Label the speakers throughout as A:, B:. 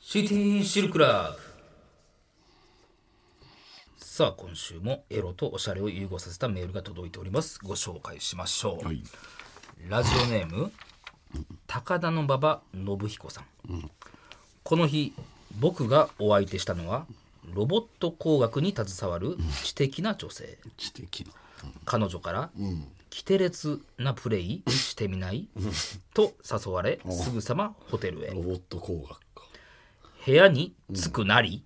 A: シティシルクラブさあ今週もエロとおしゃれを融合させたメールが届いておりますご紹介しましょう、
B: はい
A: ラジオネーム高田の馬場信彦さん、この日僕がお相手したのはロボット工学に携わる知的な女性、
B: 知的な
A: 彼女から「キテレツなプレイしてみない?」と誘われすぐさまホテルへ
B: ロボット工学か
A: 部屋に着くなり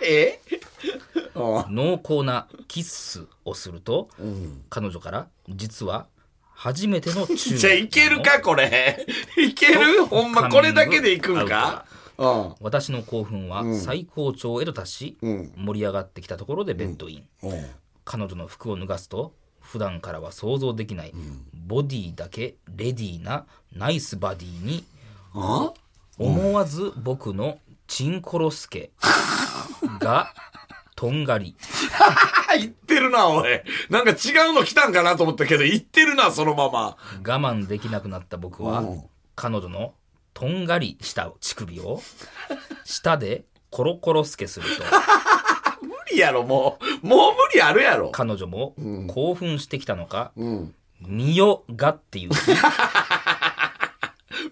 B: え あ
A: 濃厚なキッスをすると彼女から「実は初めての中
B: じゃあいけるかこれ いけるほんまこれだけでいくんかうん
A: 私の興奮は最高潮へと達し、盛り上がってきたところでベッドイン、
B: うん
A: 彼女の服を脱がすと普段からは想像できない、ボディだけレディーなナイスバディに
B: あ
A: 思わず僕のチンコロスケがとんがり
B: あ言ってるなおいなんか違うの来たんかなと思ったけど言ってるなそのまま
A: 我慢できなくなった僕は
B: うん
A: 彼女のとんがりした乳首 を舌でコロコロスケすると
B: 無理やろもうもう無理あるやろ
A: 彼女も興奮してきたのか
B: うん
A: 「みよが」っていう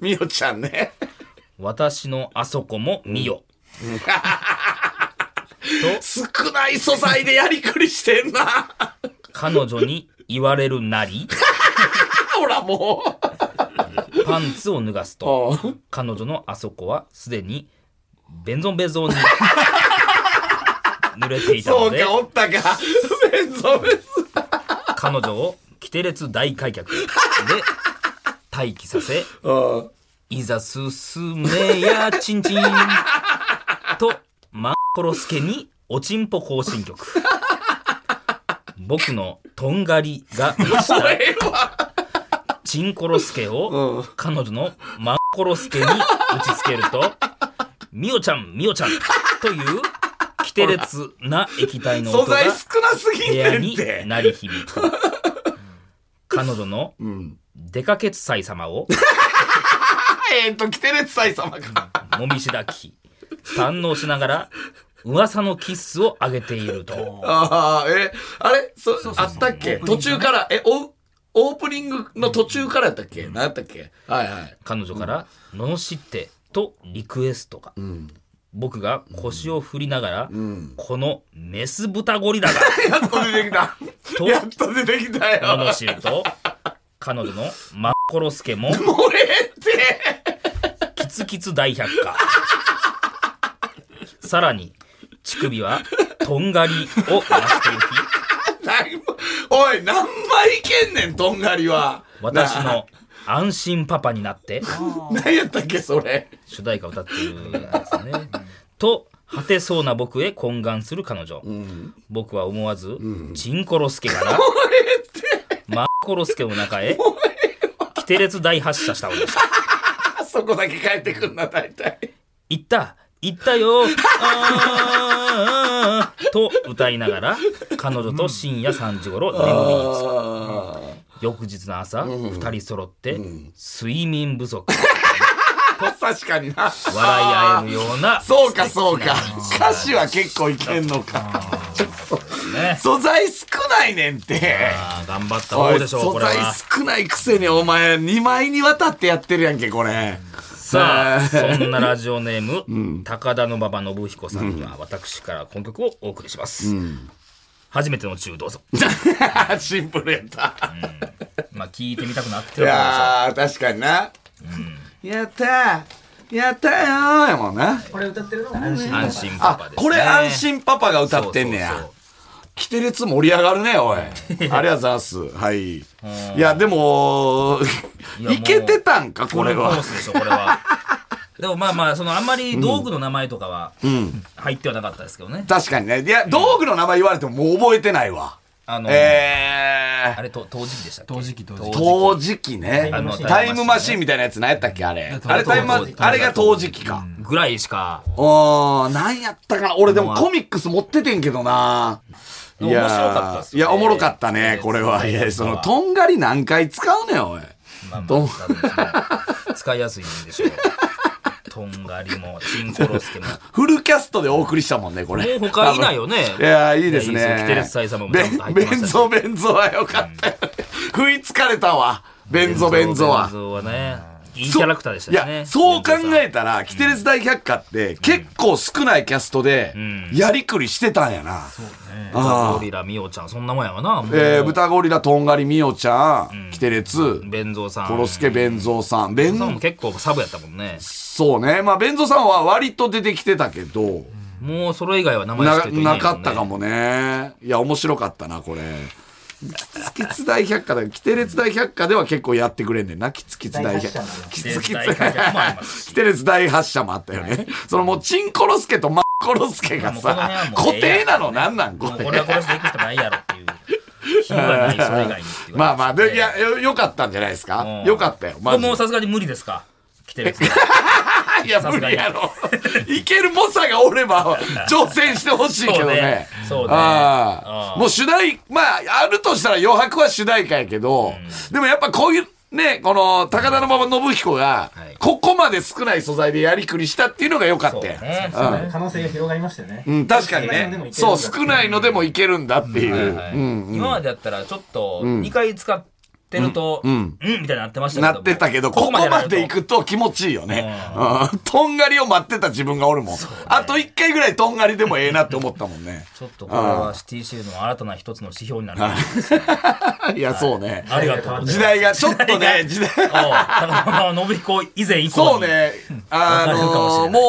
B: みよちゃんね
A: 私のあそこも見よ。
B: 少ない素材でやりくりしてんな
A: と、彼女に言われるなり、
B: ほらも
A: パンツを脱がす
B: う
A: と、
B: うん
A: 彼女のあそこはすでに、ベンゾンベン ゾンに濡れていた
B: そ
A: の
B: う
A: で
B: か、、おった か。ベンゾベンゾ
A: 彼女をキテレツ大開脚で待機させ、
B: うん
A: いざ進めやチンチ ンとマンコロスケにおちんぽ行進曲僕のとんがりが満ちた
B: ええわ。
A: チンコロスケ
B: う
A: を
B: ん
A: 彼女のマンコロスケに打ちつけると「ミオちゃんミオちゃん」というキテレツな液体の
B: 素
A: 音が
B: 材少なすぎ
A: 部屋
B: んねん
A: に
B: て。
A: 鳴り響く彼女の
B: うん。
A: デカケツサイ様を
B: えーっと、キテレツサイ様か。
A: もみしだき堪能しながら噂のキッスを上げていると
B: ああ、え、あれそ
C: そうそうそう
B: あったっけ
C: オープニング
B: 途中から、え、お、オープニングの途中からやったっけ何やったっけはいはい。
A: 彼女から「罵って」とリクエストが
B: うん。
A: 僕が腰を振りながら
B: うん。
A: このメス豚ゴリラが
B: やっと出てきた。
A: と
B: やっと出てきたよ。もう
A: 罵ると彼女のマッコロスケも
B: ええって。
A: キツキツ大百科さらに乳首はとんがりを回していき
B: なんもおい、何枚いけんねん、とんがりは。
A: 私の安心パパになって
B: な。何やったっけ、それ。
A: 主題歌を歌ってるんですね。と果てそうな僕へ懇願する彼女、僕は思わず、チンコロスケから マッコロスケの中へキテレツ大発射したのでした。
B: あそこだけ帰ってくんな、大体。
A: 行った行ったよあーと歌いながら彼女と深夜3時頃眠りにつく
B: ああ。
A: 翌日の朝、二人揃って、睡眠不足
B: 確かにな。
A: 笑い合えるよう な
B: そうかそうか。歌詞は結構いけんのか。
A: ね
B: 素材少ないねんて。
A: あー頑張った
B: お
A: 方
B: い
A: でしょう
B: 素
A: これ
B: 材
A: は
B: 少ないくせにお前2枚にわたってやってるやんけ、これ。
A: さあ
B: ねえ
A: そんなラジオネー ム、高田の馬場信彦さんには私からこの曲をお送りします、初めての中どうぞ、
B: シンプルやった。
A: まあ聞いてみたくなっ
B: い
A: てるか
B: やー、確かにな。やったーやったーよやもんな。
C: これ歌ってるのが
A: も
C: 安心
A: しれない安心パパ
B: あ
A: で、すね
B: これ安心パパが歌ってん
A: そ
B: ね
A: うそう
B: や
A: そう。
B: キテレツ盛り上がるね、 おい。ありがとうございます。はい。いや、でも、
A: いやもう
B: いけてたんか、これ
A: フルコ
B: は
A: ー。スでしょこれはでもまあまあそのあんまり道具の名前とかは入ってはなかったですけどね、
B: 確かにね。いや、道具の名前言われてももう覚えてないわ。
A: あの、
B: え
A: あれと陶磁器でしたっけ
C: 陶磁器陶磁器
B: ー、陶磁器ね
A: あの。
B: タイムマシンみたいなやつ何やったっけ、あれ。あれタイムマ
C: 陶磁器
B: あれが陶磁器か。
A: ぐらいしか
B: おー、何やったかな。俺でもコミックス持っててんけどな。い
A: 面白かったっ
B: や
A: す
B: ー、
A: よね
B: いや、おもろかったね、これは。
A: えー
B: いや、そ
A: そう
B: の、
A: か
B: とんがり何回使うねん、おい。
A: まあまあ
B: と
A: 多分その使いやすいんでしょう。ととんがりも、チンコロスケも。も
B: フルキャストでお送りしたもんね、これ。
A: う他いないよね。
B: いやーいいです
A: いやいいです
B: ね
A: よ。キテレツサイ様もち
B: ベ
A: ゃんと入ってま
B: ン
A: したし
B: ゾベンゾはよかったよね。食いつかれたわ。ベンゾベンゾは
A: ベン。ゾはね。いいキャラクターでした
B: い
A: よね。
B: や、そう考
A: ベンゾさん
B: えたら、キテレツ大百科って結構少ないキャストで
A: ん、
B: やりくりしてたんやな。あー
A: ゴリラ、ミオちゃん、そんなもんやわな。もう
B: えー、豚ゴリラ、とんがり、みおちゃん、キテレツ、
A: ベンゾーさん。
B: コロスケ、ベンゾーさん。ベ
A: さん
B: ン
A: も、結構サブやったもんね。
B: そうね。まあ、ベンゾーさんは割と出てきてたけど、
A: もうそれ以外は名前知っ
B: な
A: てる人いないもん
B: な
A: ね
B: かったかもね。いや、面白かったな、これ。キツキツ大百科だキテレツ大百科では結構やってくれんねんな。キツキツ大百科
C: 大発射。
B: キ
A: で
B: ツキツ。
A: 大会もありますし
B: キテレツ大発射もあったよね。そのもう、チンコロスケとマッコロスケが
A: もうこの辺は、
B: さ
A: もう
B: 固
A: ええや
B: 定なのなんなんこ
A: もう
B: れ
A: こ。れはこれしていくしかないやろっていう。日はない、それ以外にっていう。
B: まあまあ、で、い
A: こ
B: や、よ、よかったんじゃないですか
A: うん
B: よかったよ。マ
A: れ
B: ジで
A: もうさすがに無理ですか来てるや つ。
B: いや、無理やろ。いける猛者がおれば、挑戦してほしいけ
A: そ
B: どね。
A: うねそうね
B: あ
A: う
B: あ。
A: ん
B: もう主題、まあ、あるとしたら余白は主題歌やけど、でもやっぱこういう、ね、この、高田馬場信彦が
A: はい、
B: ここまで少ない素材でやりくりしたっていうのが良かったよ
A: そうね
B: うん
C: 可能性が広がりましたよね。
B: うん、確かに
C: 少ないのでも
B: ね
C: い。けるん
B: そ
C: だ
B: う、少ないのでもいけるんだっていう。
A: はい
B: うんうん
A: 今までだったらちょっと2回使ってると、うん、うんみたいになってましたけ
B: な
A: ど。
B: ってたけど、ここまで行くと気持ちいいよね。うんとんがりを待ってた自分がおるもん。あと一回ぐらいとんがりでもええなって思ったもんね。
A: ちょっとこれはシティシェルの新たな一つの指標になる。
B: いや、そうね。
A: ありがとう。
B: 時代が、ちょっとね、時代、
A: おう高野信彦以前以降に
B: そう。ね、あ
A: わかるかもし
B: の
A: れない
B: もう、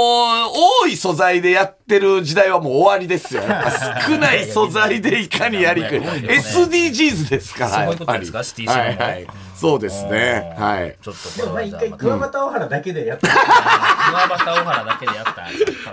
B: 多い素材でやってる時代はもう終わりで すよ。やっぱ少ない素材でいかにやりくり。
A: いやいやいや
B: SDGs ですから、や
A: そうい
B: っぱり。
A: うことですか SDGs の
B: はいはい。そうですね。
A: うん
B: はい。
A: ちょっと
C: でも
A: こ
C: まあ
A: れはじゃ
C: 一
A: あ
C: 回、
A: ま
C: クワバタオハラだけでやった。
A: た、桑畑小原だけでやっ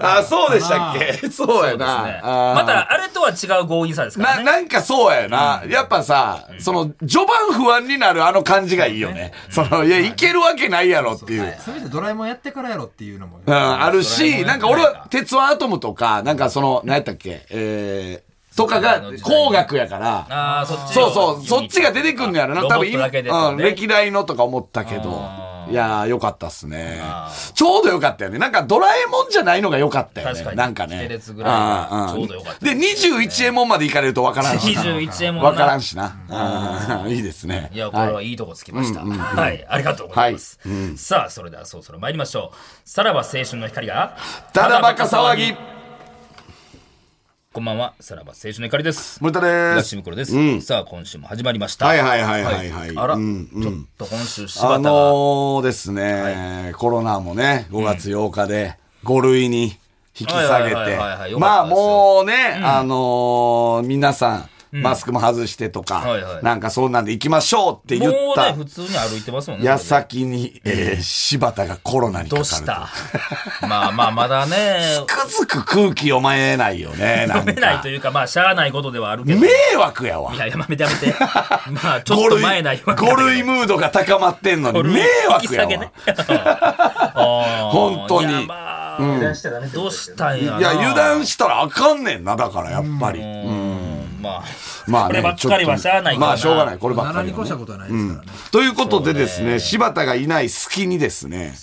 A: た。
B: あ、そうでしたっけそうやな。
A: そうですね
B: あー
A: また、あれとは違う強引さですから
B: な、
A: ね。
B: なんかそうやよな。やっぱさ、その、序盤不安になるあの感じがいいよね。その、いや、いけるわけないやろっていう。
D: せめてドラえもんやってからやろっていうのも。
B: うん、あるし、
A: それはもう
B: なんか俺は、鉄腕アトムとか、なんかその、何やったっけ、えー、とかが
A: そうだ、
B: 工学やから、
A: ああ、そっち。
B: そうそう、そっちが出てくんのやろな、
A: 多
B: 多
A: 分
B: 分
A: 今。
B: 今、
A: だけでと
B: うん、
A: ね
B: 歴代のとか思ったけど
A: あ、ー
B: いやー、よかったっすね。ちょうどよかったよね。なんかドラえもんじゃないのがよかったよ
A: 確か
B: ね。
A: に
B: なんかね。
A: 系列ぐらいが
B: うんん
A: ちょうどよかったです
B: で、21円もんまで行かれるとわからんしな。
A: 21円も
B: わからんしな。うん、いい ですね。
A: いや、これはいいとこつきました。はい、ありがとうございます。さあ、それではそろそろ参りましょう。さらば青春の光が、
B: ただバカ騒ぎ、
A: こんばんは、さらば青春の光です。
B: 森田で
A: 東
B: す。
A: ムクロです、さあ、今週も始まりました。
B: はいはいはいはいはい
A: あら、
B: うんうん
A: ちょっと今週柴
B: あ
A: 田が、
B: のーですね、コロナもね、5月8日で5類に引き下
A: はいは
B: げ
A: いはいはい
B: て、
A: よ
B: ま
A: か
B: あ
A: ったですよ
B: もうね、あのー皆さん、マスクも外してとか、
A: はいはい
B: なんかそんなんで行きましょうって言っ
A: もうね、
B: た、
A: 普通に歩いてますもんね。
B: 矢先に、えー柴田がコロナにか
A: ど
B: か
A: う
B: ると
A: し。たまあまあ、まだね、
B: つくづく空気読めないよね、なん
A: 読めない
B: か
A: と。いうか、まあ、しゃあないことではあるけど。
B: 迷惑やわ
A: い。やいや、やめてやめ て。まあ、ちょっと前な言わ
B: 5類ムードが高まってんのに、迷惑やわ。。本
A: 本
B: 当に
C: 油断しちゃダメってこ
A: ど
C: と
A: う
C: で
A: し
C: すよね
A: たんやな。
B: いや、油断したらあかんねんな、だからやっぱり。
A: うん。 まあ、
B: まあ
A: こ
B: ね、
A: ればっかりはしゃあないからな
B: まあしょうがない、こればっか
D: 7
B: り
D: に
B: は
D: 越し
B: ね、
D: たことはないですからね。
B: ということでですね、柴田がいない隙にですね、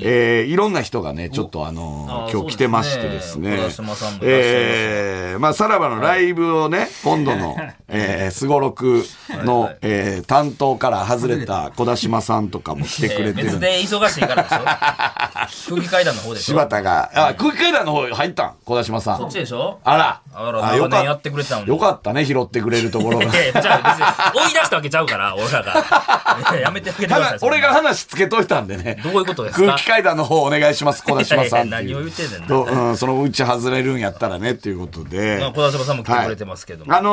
B: えーいろんな人がね、ちょっとあの
A: あ
B: ー
A: ー
B: 今日来てましてですね
A: そうですね小田島さん、もいらっしゃいます
B: えーまあ、さらばのライブをね、今度の、えー、すごろくの、えー担当から外れた小田島さんとかも来てく
A: え
B: れ
A: ー
B: てる
A: 別
B: んで、
A: で忙しいからでし ょ。空気階段の方でしょ。
B: 柴田が、あ、空気階段の方入ったん小田島さ
A: そっ
B: ん
A: ち。でしょ
B: あら、
A: あら、長
B: よか
A: 年
B: っ
A: やってくれてたのに。
B: よかったね、拾ってくれるところが
A: い。やいやじゃあ別に追い出したわけちゃうから、俺ら が。いややめてあげてく
B: た
A: ださ
B: だ
A: い。、そんな
B: 俺が話つけといたんでね。
A: どういうことですか
B: 空気階段の方お願いします、小田島さんっていう。
A: いやいや何を言ってんねんな
B: とうん、そのうち外れるんやったらね、っていうことで。
A: まあ小田島さんも来てくれてますけども
B: はいあの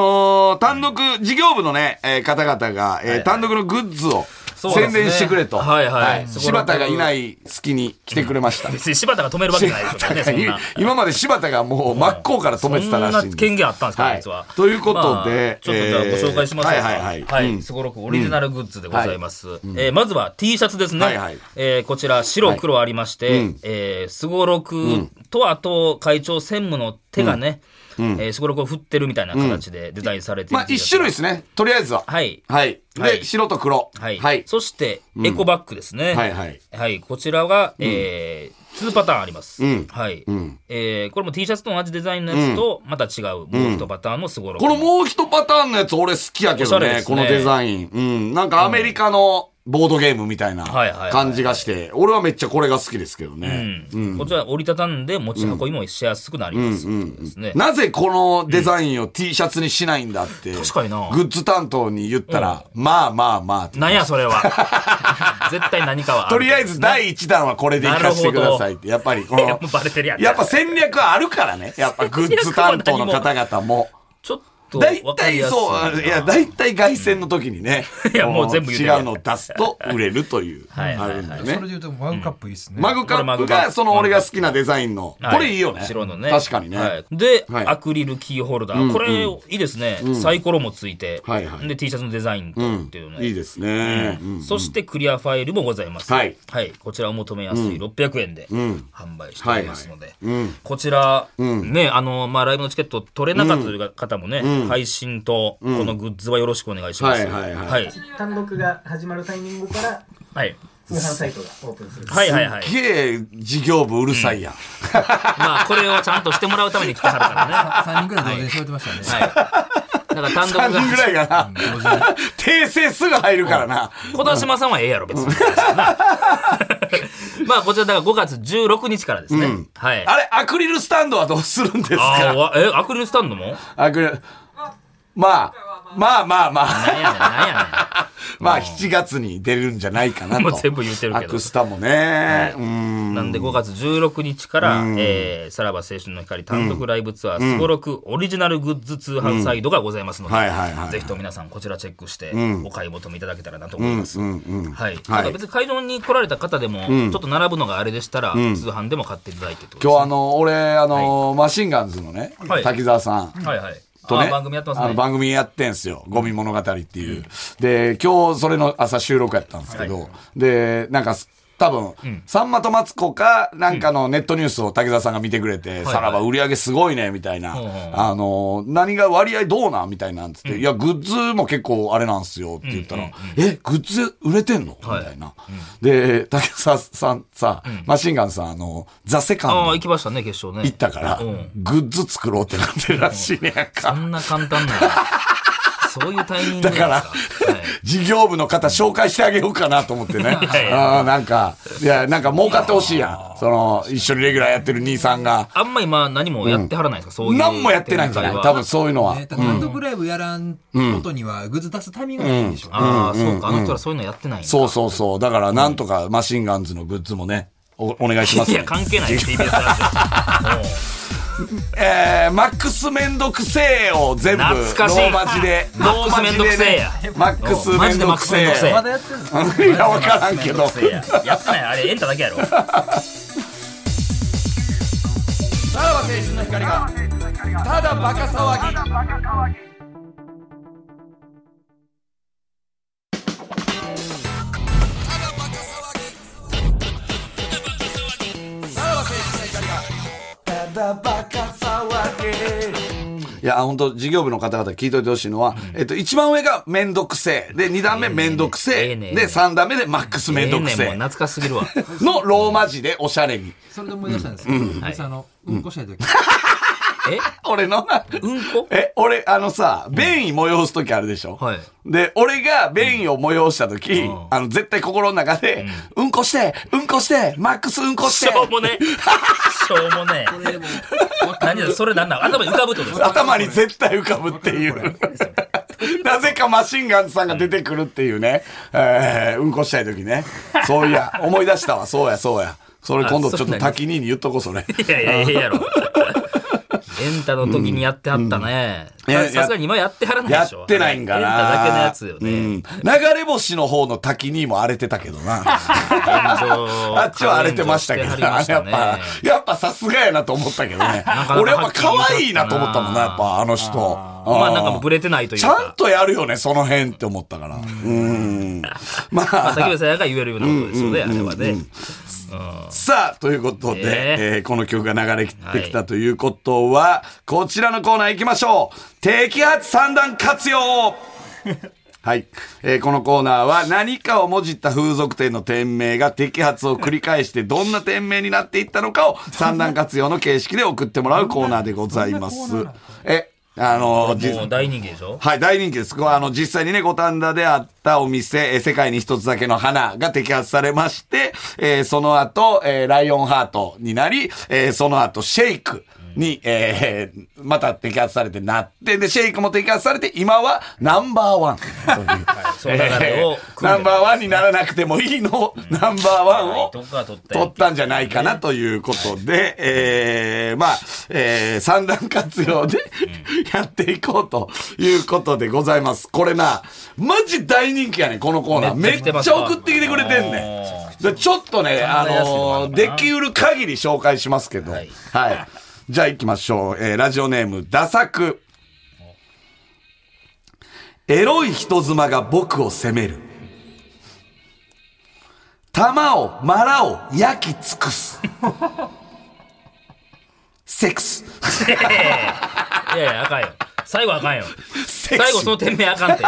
B: ー単独、事業部のね、えー方々が、えー
A: はい
B: 単独のグッズを
A: そうですね
B: 宣伝してくれと。
A: はいはいすごろく
B: 柴田がいない隙に来てくれました。
A: 別に柴田が止めるわけないでしょうから ね、そんな。
B: 今まで柴田がもう真っ向から止めてたらしい
A: そん
B: です
A: な権限あったんですか、
B: はい
A: 実は。
B: ということで
A: まあちょっとじゃあご
B: えー
A: 紹介しましょうか。
B: はいはいはいうん
A: すごろくオリジナルグッズでございます。えーまずは T シャツですね。
B: はいはい
A: えーこちら、白黒ありまして、
B: うん
A: えーすごろくと、あと、会長専務の手がね、えーすごろくを振ってるみたいな形でデザインされている
B: まあ、一種類ですね。とりあえずは。
A: はい
B: はい。で、
A: はい
B: 白と黒。
A: はい。そして、エコバッグですね。
B: はいはい
A: はいこちらが、えー2パターンあります。
B: うん
A: はい、
B: うん
A: えーこれも T シャツと同じデザインのやつと、また違う、もう一パターンのすごろく。
B: このもう一パターンのやつ俺好きやけど
A: おしゃれ
B: ね
A: です
B: こ
A: ね
B: のデザイン。うん。なんかアメリカのボードゲームみたいな
A: はいはいはい
B: 感じがして、俺はめっちゃこれが好きですけどね。
A: うんこちら折りたたんで持ち運びもしやすくなります。ですね。
B: なぜこのデザインを T シャツにしないんだって。
A: 確かにな
B: グッズ担当に言ったら、まあまあまあって。
A: なんやそれ は。絶対何かは
B: とりあえ
A: ず。
B: ず第1弾はこれでいかせてくださいって。やっぱりこの
A: もう、バレてるやん。
B: やっぱ戦略はあるからね。やっぱグッズ担当の方々も。
A: ちょっと
B: 大
A: 分かり
B: 体
A: やすいな。
B: そう、いや、大体凱旋の時にね、
A: いや
B: この
A: もう全部言うてる
B: 違うのを出すと売れるという、
A: はい
B: あ
A: はいはい
B: るんだよ
D: それで
B: ね。
D: 言うとマグカップいいっすね。
B: マグカップが、その俺が好きなデザインの、
A: はい
B: これいいよね。
A: 白のね。
B: 確かにね。
A: はいで、
B: はい
A: アクリルキーホルダー。これ、いいですね、サイコロもついて。
B: はいはい
A: で、T シャツのデザインと
B: うん
A: っていうね。
B: いいですね。うん
A: そしてクリアファイルもございます。
B: はい
A: こちらお求めやすい600円で
B: ん
A: 販売しておりますので、
B: はいはいうん
A: こちら、ね、あの、まあ、ライブのチケット取れなかったという方もね、配信と、このグッズはよろしくお願いします。
B: はいはいはい
A: はい。
C: 単独が始まるタイミングから
A: はい。
C: 通販サイトがオープンする。
A: はいはいはい
B: すっげえ事業部うるさいやん。
A: まあ、これをちゃんとしてもらうために来てはるからね。
D: 3人ぐらい同時に喋ってました
A: は
D: ね。
A: い。だから単独
B: 3人ぐら
A: が、
B: いがな、 訂正すぐ入るからな。
A: 小田島さんはええやろ、別に。 まあ、こちら、だから5月16日からですね。はい。
B: あれ、アクリルスタンドはどうするんです
A: あー
B: か
A: わえ、アクリルスタンドも
B: アクリル。まあ、まあまあまあ。
A: なんやねん、なんやねん。
B: まあ、7月に出るんじゃないかなと。
A: もう全部言ってるけど
B: アクスタもね。うん。
A: なんで5月16日から、えーさらば青春の光単独ライブツアー、すごろくオリジナルグッズ通販サイトがございますので、
B: はいはいはい
A: ぜひとも皆さんこちらチェックして、お買い求めいただけたらなと思います。はい。だから別に会場に来られた方でも、ちょっと並ぶのがあれでしたら、通販でも買っていただいてってこと
B: 今日あの、俺、あの、マシンガンズのね
A: はい、
B: 滝沢さん。
A: はいはい。
B: とね、
A: あ番組やってます
B: あの
A: ね。
B: 番組やってんすよ。ゴミ物語っていう。で、今日それの朝収録やったんですけど、で、なんかす、多分、さんまとマツコか、なんかのネットニュースを滝沢さんが見てくれて、
A: い
B: さらば売り上げすごいね、みたいな、
A: うんうん
B: あの、何が割合どうなんみたいなんつって、いや、グッズも結構あれなんすよって言ったら、え、グッズ売れてんのみ
A: はい
B: たいな。で、滝沢さんさ、マシンガンさん、あの、ザ・セカン
A: ああ、
B: ド
A: 行きましたね、決勝ね。
B: 行ったから、
A: うん
B: グッズ作ろうってなってるらしいね、やんか
A: そ。んな簡単な。そういうタイミングな
B: だ
A: んです
B: から、
A: はい
B: 事業部の方紹介してあげようかなと思って ね。
A: いや
B: ああなんか、いや、なんか儲かってほしいやん。その、一緒にレギュラーやってる兄さんが。
A: あんま今何もやってはらないですか、そういう。
B: 何もやってないんじゃない多分。そういうのは
D: えー。と単独ライブやらんことにはグッズ出すタイミングがないんでしょうね。
A: ああ、そうか。あの人らそういうのやってないんだ
B: そうそうそう。だから、なんとかマシンガンズのグッズもね、おお願いします、
A: い
B: ね。
A: や、関係ないよ TBS ラジ
B: えー、マックスめんどくせえを全部、ロ
A: 懐かしい
B: ーマ字で。
A: マックスめんどくせえや
B: ローマ字でねマックスめんどくせ
A: マジでマックスめんどくせえ
B: え。
D: まだやってるんです か
B: いや、わからんけど。
A: オ。うんいややってない。あれ、エンタだけやろ。
B: さらば青春の光がただバカ騒ぎいや、本当事業部の方々聞いといてほしいのは、えっと、一番上がめんどくせえ。で、二段目めんどくせえ。
A: ええねんええねん
B: で、三段目でマックスめんどくせ
A: ええね
B: え
A: んもう懐かしすぎるわ。
B: のローマ字でおしゃれに。
D: それで思い出したんですけど、
A: はい
D: 私あの、うんこしたい時、
A: え
B: 俺の、
A: うんこ
B: え、俺、あのさ、便意催すときあるでしょ、
A: はい
B: で、俺が便意を催したとき、
A: ん
B: あの、絶対心の中で、うん、こして、うんこして、マックスうんこし、
A: してょうもね。しょうもね。
D: これでも、
A: 何だそれ何だ頭に浮かぶってことですか
B: 頭に絶対浮かぶっていう。 なぜかマシンガンズさんが出てくるっていうね、えーうんこしたいときね。そうい や、思い出したわ、そうや、そうや。それ今度ちょっと滝兄に言っとこう、それ。
A: いやいや、ええやろ。エンタの時にやってはったね。
B: うん
A: ささすがに今やってはらない
B: や
A: でしょ。
B: ってないんかな。
A: エンタだけのやつよ
B: う
A: ね。
B: ん流れ星の方の滝にも荒れてたけど な。あ
A: あ
B: っちは荒れてましたけど、あれやっぱ、やっぱさすがやなと思ったけどね
A: なか。
B: 俺やっぱ可愛いなと思ったもんな、やっぱあの人。
A: まあ
B: うん
A: なんかもうブレてないという
B: ちゃん
A: か。
B: とやるよね、その辺って思ったから。 うん。ま
A: 竹
B: あ、
A: 内さんが言えるようなことですよね、あれはね。
B: さあ、ということで、
A: え
B: えーこの曲が流れてきたということは、 こちらのコーナー行きましょう。摘発三段活用はい。えーこのコーナーは何かをもじった風俗店の店名が摘発を繰り返してどんな店名になっていったのかを三段活用の形式で送ってもらうコーナーでござい ます。え、あの、じ
A: もう大人気でしょ
B: はい、大人気です。ここはあの、実際にね、五反田であったお店、えー世界に一つだけの花が摘発されまして、えーその後、えーライオンハートになり、えーその後、シェイクに、えーまた摘発されてなって、で、シェイクも摘発されて、今はナンバーワンと いう。
A: その流れを
B: えーナンバーワンにならなくてもいいの、ナンバーワンを
A: どっか取った
B: 取ったんじゃないかなということで、えー、まあ、えー、三段活用でやっていこうということでございます。これな、マジ大人気やねんこのコーナー。
A: め
B: め
A: っちゃ来
B: っち
A: てます
B: ゃ送ってきてくれてんねん。でちょっとね、あ
A: 考えやすい
B: の
A: の
B: ー
A: か
B: で
A: な
B: きうる限り紹介しますけど、は
A: はいい。
B: じゃあ行きましょう。えー、ラジオネーム、ダサク。エロい人妻が僕を責める。玉を、マラを焼き尽くす。セックス。
A: いやいやあかんよ最後あかんよ
B: セックス
A: 最後その店名あかんって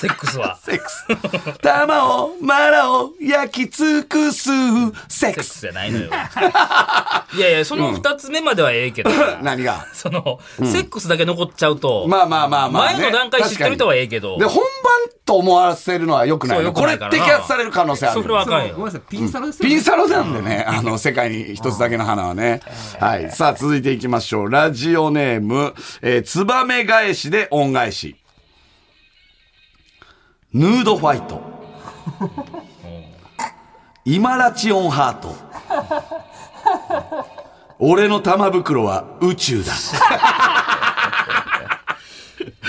A: セックスは
B: セックス。玉を、マラを焼き尽くす。セッ
A: セ
B: ク
A: ックス
B: ス。
A: じゃないのよいやいやその2つ目まではええけど、
B: 何が
A: その、セックスだけ残っちゃうと、
B: まあまあまあまあ、ね。
A: 前の段階知ってる人はええけど
B: で、本番と思わせるのは良くない,、
A: そう良く
B: これ
A: ないか
B: 摘
A: らな
B: 発される可能性ある
A: それはあ
D: そ
A: かん
D: うごめ
A: よ
D: んなさい、ピンサロですよ
B: ピンサロなんでね、あの、世界に一つだけの花はね。はい。さあ、続いていきましょう。ラジオネーム、えー、ツバメ返しで恩返し。ヌードファイ ト。イマラチオンハート。俺の玉袋は宇宙だ。
D: なんで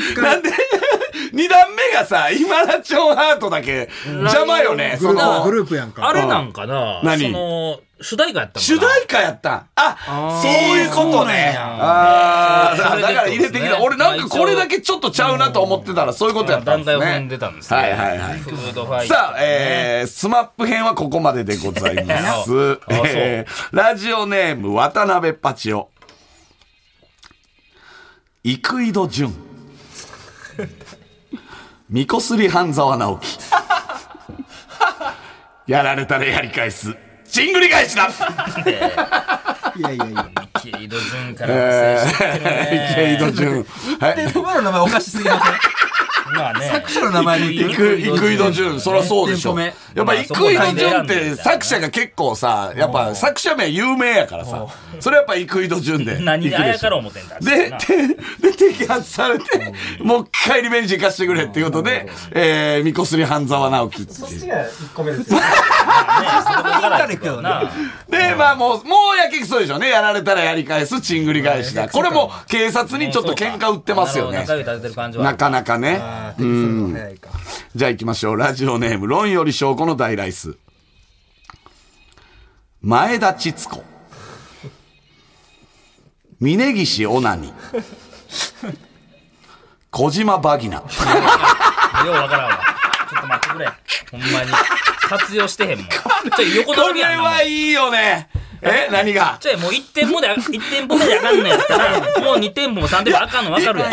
D: 一回
B: なんで 二段目がさ、イマラチオンハートだけ邪魔よね。そ
D: グルー
B: の
D: プグ、ループやんか
A: あれなんかな、
B: 何
A: その、主題歌やったのかな
B: 主題歌やったん。あ、そういうことね。
A: そうなんや
B: あ
A: そ
B: あ、
A: れ
B: だ
A: で
B: から入れ
A: そ
B: てき
A: うです
B: た。
A: ね
B: 俺なんかこれだけちょっとちゃうなと思ってたら、そういうことやった
A: 団
B: んで
A: 体
B: す
A: を踏ん
B: ね
A: で。たんですね。
B: はいはいはい。
A: フードファイト
B: さあ、えー、スマップ編はここまででござい ま
A: あ
B: す
A: そう。
B: えー、ラジオネーム、渡辺パチオ。幾井戸潤。みこすり半沢直樹。 やられたらやり返す。ジングリ返 しだ
D: いやいやいや
A: キリド潤から派生してる
B: 池井
A: ね。
B: 戸潤。 はい。
D: 店舗の名前おかしすぎません
A: まあ ね。作
D: 者の名前で言
B: イクイドジュン、そりゃそうでしょ。
D: 店
B: やっ
D: 舗
B: ぱイクイドジュンっ
A: ま
B: て
A: あ
B: 作者が結構さ、やっぱ作者名有名やからさ、それやっぱイクイドジュンで。
A: 何
B: イク
A: で
B: イド
A: あ
B: ジュ
A: やか
B: ン
A: ら思ってんだ。
B: で、で、で、摘発されて、もう一回リベンジ行かしてくれっていうことで、えー、みこすり半沢直樹って
C: そっ
B: いう
C: ちが1個目ですよ。
A: から
D: だけどね
A: な。
B: で、まあもう、もうやけくそでしょうね。やられたらやり返す、ちんぐり返しだ。これも警察 にちょっと喧嘩売ってますよ
A: あの
B: ね。
A: 中指立ててる感じは。
B: なかなかね。
D: あー店舗それも早いか
B: じゃあ行きましょう。ラジオネーム、論より証拠の大ライス。前田千子。峯岸オナニ。小島バギナ。
A: ようわからんわ。ちょっと待ってくれ。ほんまに。活用してへんもん。ちょい横
B: こ
A: 取り
B: れ
A: やん。もう
B: はいいよね。え、何が
A: ちょいもう1点もで、一店舗目であかんのやったら、もう2店舗も3店舗あかんのわ
B: 一
A: か
B: 本
A: る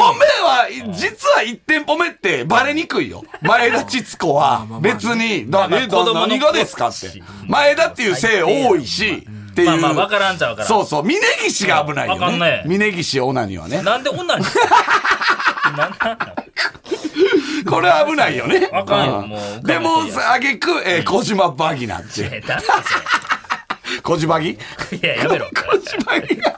B: 目
A: やん。
B: は、実は一店舗目ってバレにくいよ。前田千子は別に、だ
A: まあ
B: えだ
A: 子供の
B: 何がですかって。前田っていう姓多いし、っていう。
A: まあまあ、わからんちゃうからん。
B: そうそう、峯岸が危ないよ
A: わかん
B: ね
A: ね。え
B: 峯岸オナニはね。
A: なんで女に。なんなん
B: これ危ないよね。
A: わかんよ
B: うん
A: もう
B: でも、あげく、えー小島バギなんて。
A: え、だって
B: 小島ギ
A: それ。いや、やめろ。
B: 小島ギが。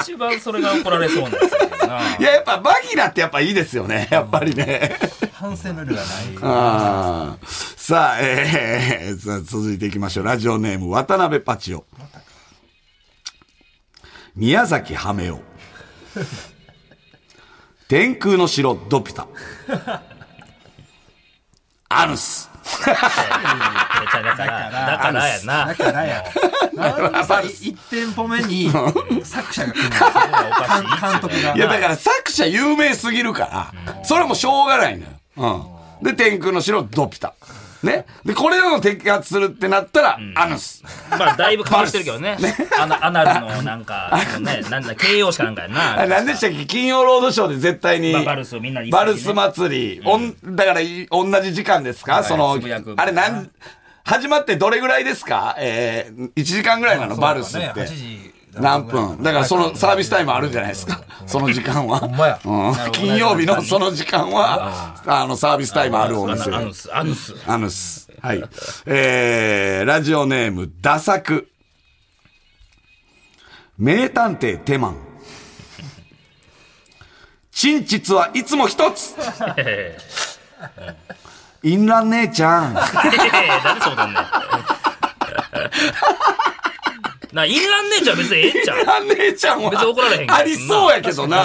A: 一番それが怒られそうなんですけどな。
B: いや、やっぱバギナってやっぱいいですよね。やっぱりね。
D: 反省の量がない
B: あーさあ、えーさあ続いていきましょう。ラジオネーム、渡辺パチオ。宮崎ハメオ。天空の城ドピタ。アヌス。
A: いやだから、だからやな
D: だ。から や。なんでさ、一店舗目に作者が来るの
A: かしい
D: 監督が。
B: いや、だから作者有名すぎるから、それはもうしょうがないのよ。うん。で、天空の城ドピタ。ね。で、これを摘発するってなったら、アヌス。
A: まあ、だいぶ変わってるけどね。アナアナルのなんか、ね、なんだ、形容詞かなんかや
B: あ
A: な。
B: 何でしたっけ金曜ロードショーで絶対に。
A: ババルスをみんなに
B: バルス祭り。おんだから、い同じ時間ですか、
A: はい
B: その
A: つぶやく、
B: あれなん、始まってどれぐらいですかえー、1時間ぐらいなの、バルスっ
D: ね8
B: て。
D: 時
B: 何分だからそのサービスタイムあるじゃないですか。その時間は。
D: ほんまや
B: うん、金曜日のその時間は、あの、サービスタイムあるお
A: ア
B: 店。
A: ナアヌス、アヌス。
B: アヌス。はい。えー、ラジオネーム、ダサク。名探偵テマン。真実はいつも一つ
A: え
B: インラン姉ちゃん。
A: え誰そうだねん。な、インラン姉ちゃんは別にええんちゃう
B: ラン姉ちゃんは
A: 別に怒られへんけど
B: ありそうやけど
A: 確
B: な。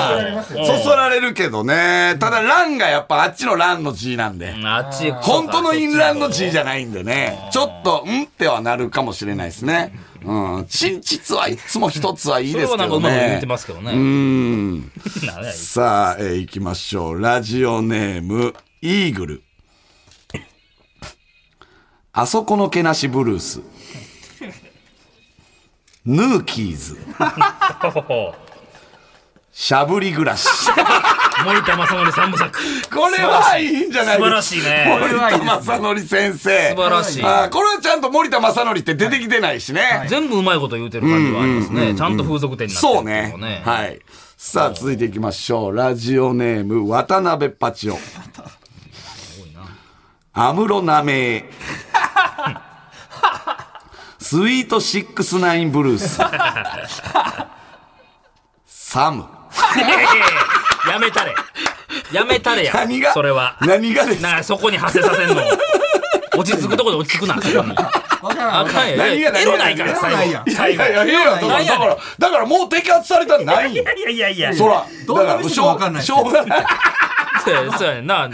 A: かに
B: そそられるけどね。ただ、ランがやっぱあっちのランの字なんで。
A: うんあっち、
B: 本当のインランの字じ
A: ゃ
B: ゃないんでね。ちょっと、んってはなるかもしれないですね。うん。真実はいつも一つはいい
A: それ
B: です
A: は
B: け
A: なんか
B: ど
A: うまく言
B: ね
A: って。ますけどね。
B: うーん。
A: なんや
B: さあ、えー、行きましょう。ラジオネーム、イーグル。あそこのけなしブルース。ヌーキーズ。
A: ほほ
B: しゃぶり暮らし。
A: 森田正則三部作。素
B: これはいいんじゃない
A: 晴ら
B: です
A: し
B: か。
A: いね。
B: 森田正則先生。
A: 素晴らしい。
B: あーこれはちゃんと森田正則って出てきてないしね。
A: 全部うまいこと言うてる感じはありますね。ちゃんと風俗店になってる
B: そう
A: っていの
B: ね
A: もね。
B: はい。さあ、続いていきましょう。ラジオネーム、渡辺パチオ。アムロナメ スイートシックスナインブルース。サム。
A: いやいややめたれ。やめたれや。
B: 何が
A: それは。
B: 何がです
A: なあ、そこに派生させんの。落ち着くとこで落ち着く な。そこに
D: わから
A: あ
D: んわ
A: か
D: か
A: ん
D: ん
A: や。
B: 何が何が
A: エロないから、最
D: エロないや
A: 後。
D: ん
B: いやい
A: 最後。い
B: やいや、いやだか
A: 何や
B: ら、だ
A: ねん
B: から、だからもう摘発されたらないよ。
A: やいやいやいや。
B: そら、
D: どん
B: だ
D: な
B: から、
D: 店
B: し
D: か
B: ょ
D: わかんな
B: う、
D: い
B: しょうがない。
A: そうやそうやねんな。い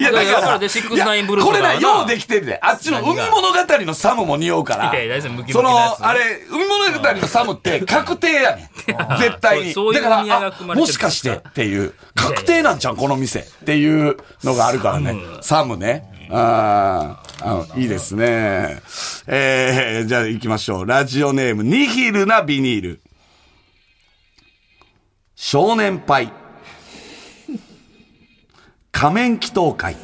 B: いや、だから、
A: それでシックスナインブルー
B: これな、ようで
A: き
B: きてるで。あっちの海物語のサムも匂うから。
A: いやいや大丈夫ムキム
B: そ
A: キの
B: の
A: やつ、
B: あれ、海物語のサムって確定やねん。 絶対に。
A: そうそういう
B: だから
A: 意味合いが
B: あ
A: 含まれてる
B: もしかしてっていう、確定なんじゃん、この店っていうのがあるからね。サムね。あーあのいいですね。えー、じゃあ行きましょう。ラジオネーム、ニヒルなビニール。少年隊。仮面祈祷会。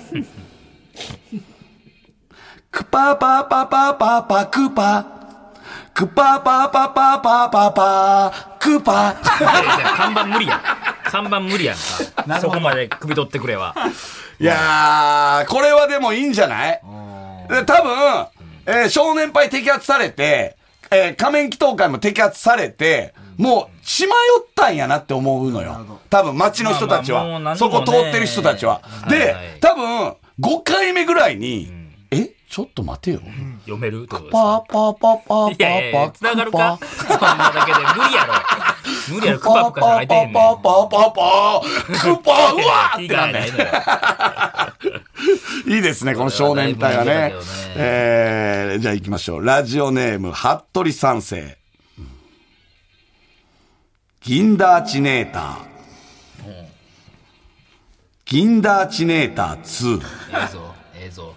B: クパーパーパーパーパーパークーパー。クパーパーパーパーパーパーパー、クーパー。
A: 看板無理やん。看板無理やんか。そこまで首取ってくれは。
B: いやー、これはでもいいんじゃないで多分、えー少年輩摘発されて、えー仮面祈祷会も摘発されて、もう、血迷ったんやなって思うのよ。多分、街の人たち
A: まあまあもう
B: は。
A: 何
B: そ
A: にも
B: こ
A: ね
B: 通ってる人たちは。
A: はい
B: で
A: はい、
B: 多分、5回目ぐらいに、え、ちょっと待てよ。
A: 読めるってことですか
B: パーパーパーパー
A: い
B: パ
A: や
B: ー
A: い
B: パ
A: や、
B: ー、
A: つ
B: ク
A: なが
B: ー
A: る
B: パ
A: か
B: ー。
A: そんなだけで無理やろ。無理やろ、クパプカじゃ入ってへんねん。
B: パーパーパーパーパー、クーパー、うわーってなんねん
A: いい。から
B: いいですね、この少年隊が
A: これはだい
B: ね
A: ぶいいです。よね
B: えー、じゃあ行きましょう。ラジオネーム、服部三世。銀ダーチネーター。銀ダーチネーター2。
A: ええぞ、ええぞ。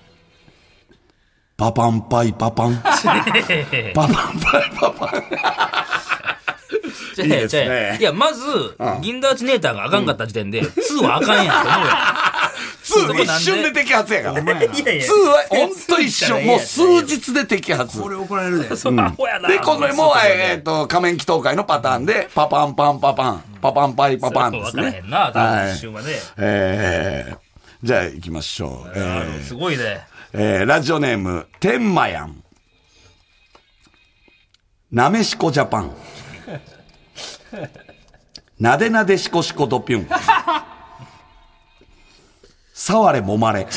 B: パパンパイパパン。パパンパイパパン。
A: い
B: いですね
A: いや、まず、銀ダーチネーターがあかんかった時点で、2はあかんやんって思う
B: 2
A: そこなんで
B: 一瞬で摘発やから。2
A: やん。いやいや
B: はほんと一瞬、もう数
A: 日。
B: 日で摘発。
D: これ怒られるで
A: そんなアホやな。
B: で、このもう、えーっと、仮面祈祷会のパターンで、パパンパンパパン、パパンパイパパンで
A: わ
B: す
A: からへ
B: ね
A: ん。な、多
B: は
A: 分
B: い
A: 一瞬はね。
B: えー、じゃあ行きましょう。えー
A: すごいね。
B: えーラジオネーム、天満やん。なめしこジャパン。なでなでしこしこドピュン。触れもまれ。
A: うま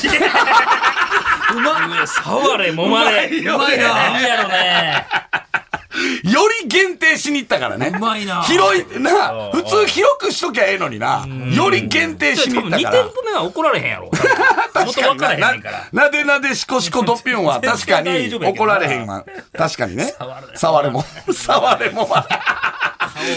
A: っ触れ、揉まれ。
B: うまいよね
A: いいやろね。
B: より限定しに行ったからね。
D: うまいな
B: 広い、な、
A: うん
B: 普通広くしときゃええのにな。より限定しに
A: 多
B: 行っ
A: 分
B: た
A: 2
B: か
A: 店
B: ら。
A: 舗目は怒られへんやろ。多分元分からへんねんから。
B: ななでなでしこしこドッピュン は確かに
A: 全然大丈夫やけ
B: 怒
A: どな
B: られへんわ。確かにね
A: 触れ。
B: 触れも。触れも。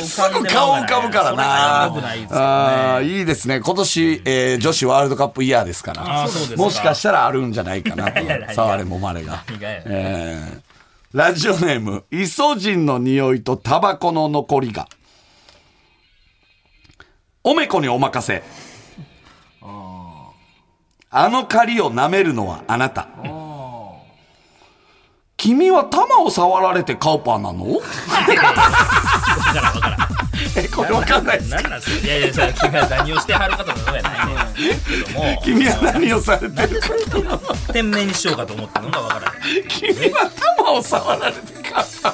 B: すぐ顔浮かぶからな。
A: それは良くないですけどね
B: あーいいですね。今年、えー女子ワールドカップイヤーですから。
A: あーそうですか
B: もしかしたらあるんじゃないかなと
A: いやいやい。や
B: 触れもまれが。
A: いやいや
B: えーラジオネーム、イソジンの匂いとタバコの残りが。おめこにお任せ。あの狩りを舐めるのはあなた。君は玉を触られてカオパーな のえ、これわかんないです。
A: 何なんすかいやいや、それ君が何をしてはるかとかそうやないね。けども、
B: 君は何をされてるか。
A: 天面にしようかと思ったのがわからない。
B: 君は玉を触られてカオパー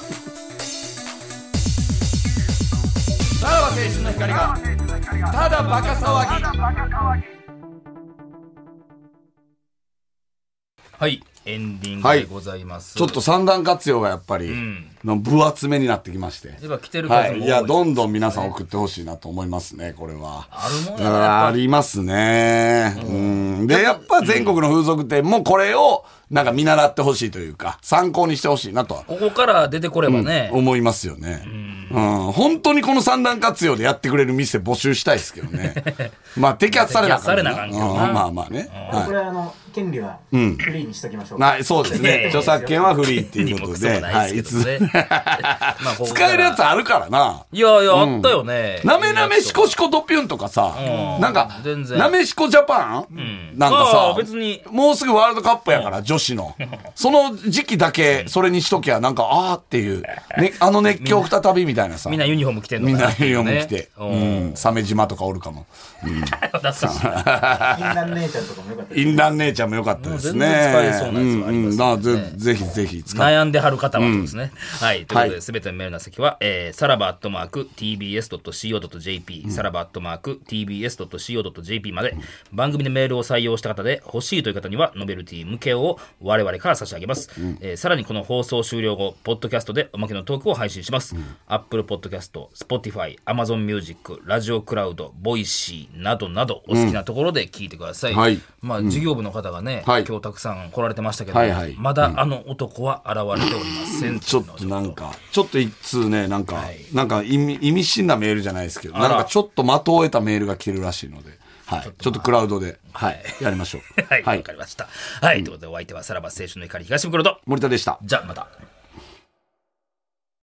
B: なのさらば青春の光が、ただバカ騒ぎ。
A: はい、エンディングでございます。
B: ちょっと三段活用がやっぱり、の分厚めになってきまして。
A: やっぱ来てる
B: は
A: 数も多
B: い、
A: い。
B: いや、どんどん皆さん送ってほしいなと思いますね、これは。
A: あるもんやな
B: ありますね。うん。で、やっぱ全国の風俗店もこれを、なんか見習ってほしいというか、参考にしてほしいなとは、
A: ここから出てこればね、
B: 思いますよね。うん。本当にこの三段活用でやってくれる店募集したいですけど ね。まあ、摘発されなあ
A: 摘発
B: かん
A: されなあかんけ
B: う
A: ど
B: ん
A: な
B: まあまあね。
C: こ
B: は
C: れはあの権利はフリーにしときましょう
B: い。。はい、そうです
A: いやいやい
B: ね。
A: や
B: 著作権はフリーって
A: 手に
B: いう
A: も
B: こ
A: ク
B: と
A: ソも
B: で、
A: ない
B: はい、
A: で
B: い
A: す
B: つ
A: けどね。 まあここから
B: 使えるやつあるからな。
A: いやいや、あったよね。
B: なめなめしこしこドピュンとかさ、なんか
A: 全、然
B: なめしこジャパンなんか
A: あ
B: さ
A: あ、別に
B: もうすぐワールドカップやから、女子の。その時期だけ、それにしときゃ、なんか、ああっていう、ね、あの熱狂再びみたいなさ。
A: みんなユニフォーム着てんの
B: みん
A: か
B: な
A: な
B: ユニフォーム着て
A: ね、
B: う
A: うん
B: ん、鮫島とかおるかも。
A: 懐かしい
C: インラン姉ちゃんとかもよかったです
B: インラン姉ちゃんも良かったですね。
A: もう全然使えそうなやつもありますよね
B: うんうんなあぜぜひぜひ使って。
A: 悩んではる方はそうですね。はい。ということ
B: は
A: で、
B: い
A: すべてのメールの先は、えーさらばアットマーク tbs.co.jp、さらばアットマーク tbs.co.jp まで、番組でメールを採用した方で、欲しいという方には、ノベルティ向けを我々から差し上げます。えーさらにこの放送終了後、ポッドキャストでおまけのトークを配信します。Apple Podcast、Spotify、Amazon Music、ラジオクラウド、ボイシーなどなど、お好きなところで聞いてください。
B: はい
A: まあ、事業部の方がね、
B: はい
A: 今日たくさん来られてましたけど、
B: はいはい
A: まだあの男は現れておりません。
B: ちょっとなんか、ちょっと一通ね、なんか、なんか意味意味深なメールじゃないですけど、なん
A: ら
B: かちょっと的を得たメールが来てるらしいので、はい。ちょっとクラウドで、はい。や りましょう。
A: はい、わ、かりました。はい、ということでお相手はさらば青春の怒り東袋と、
B: 森田でした。
A: じゃあまた。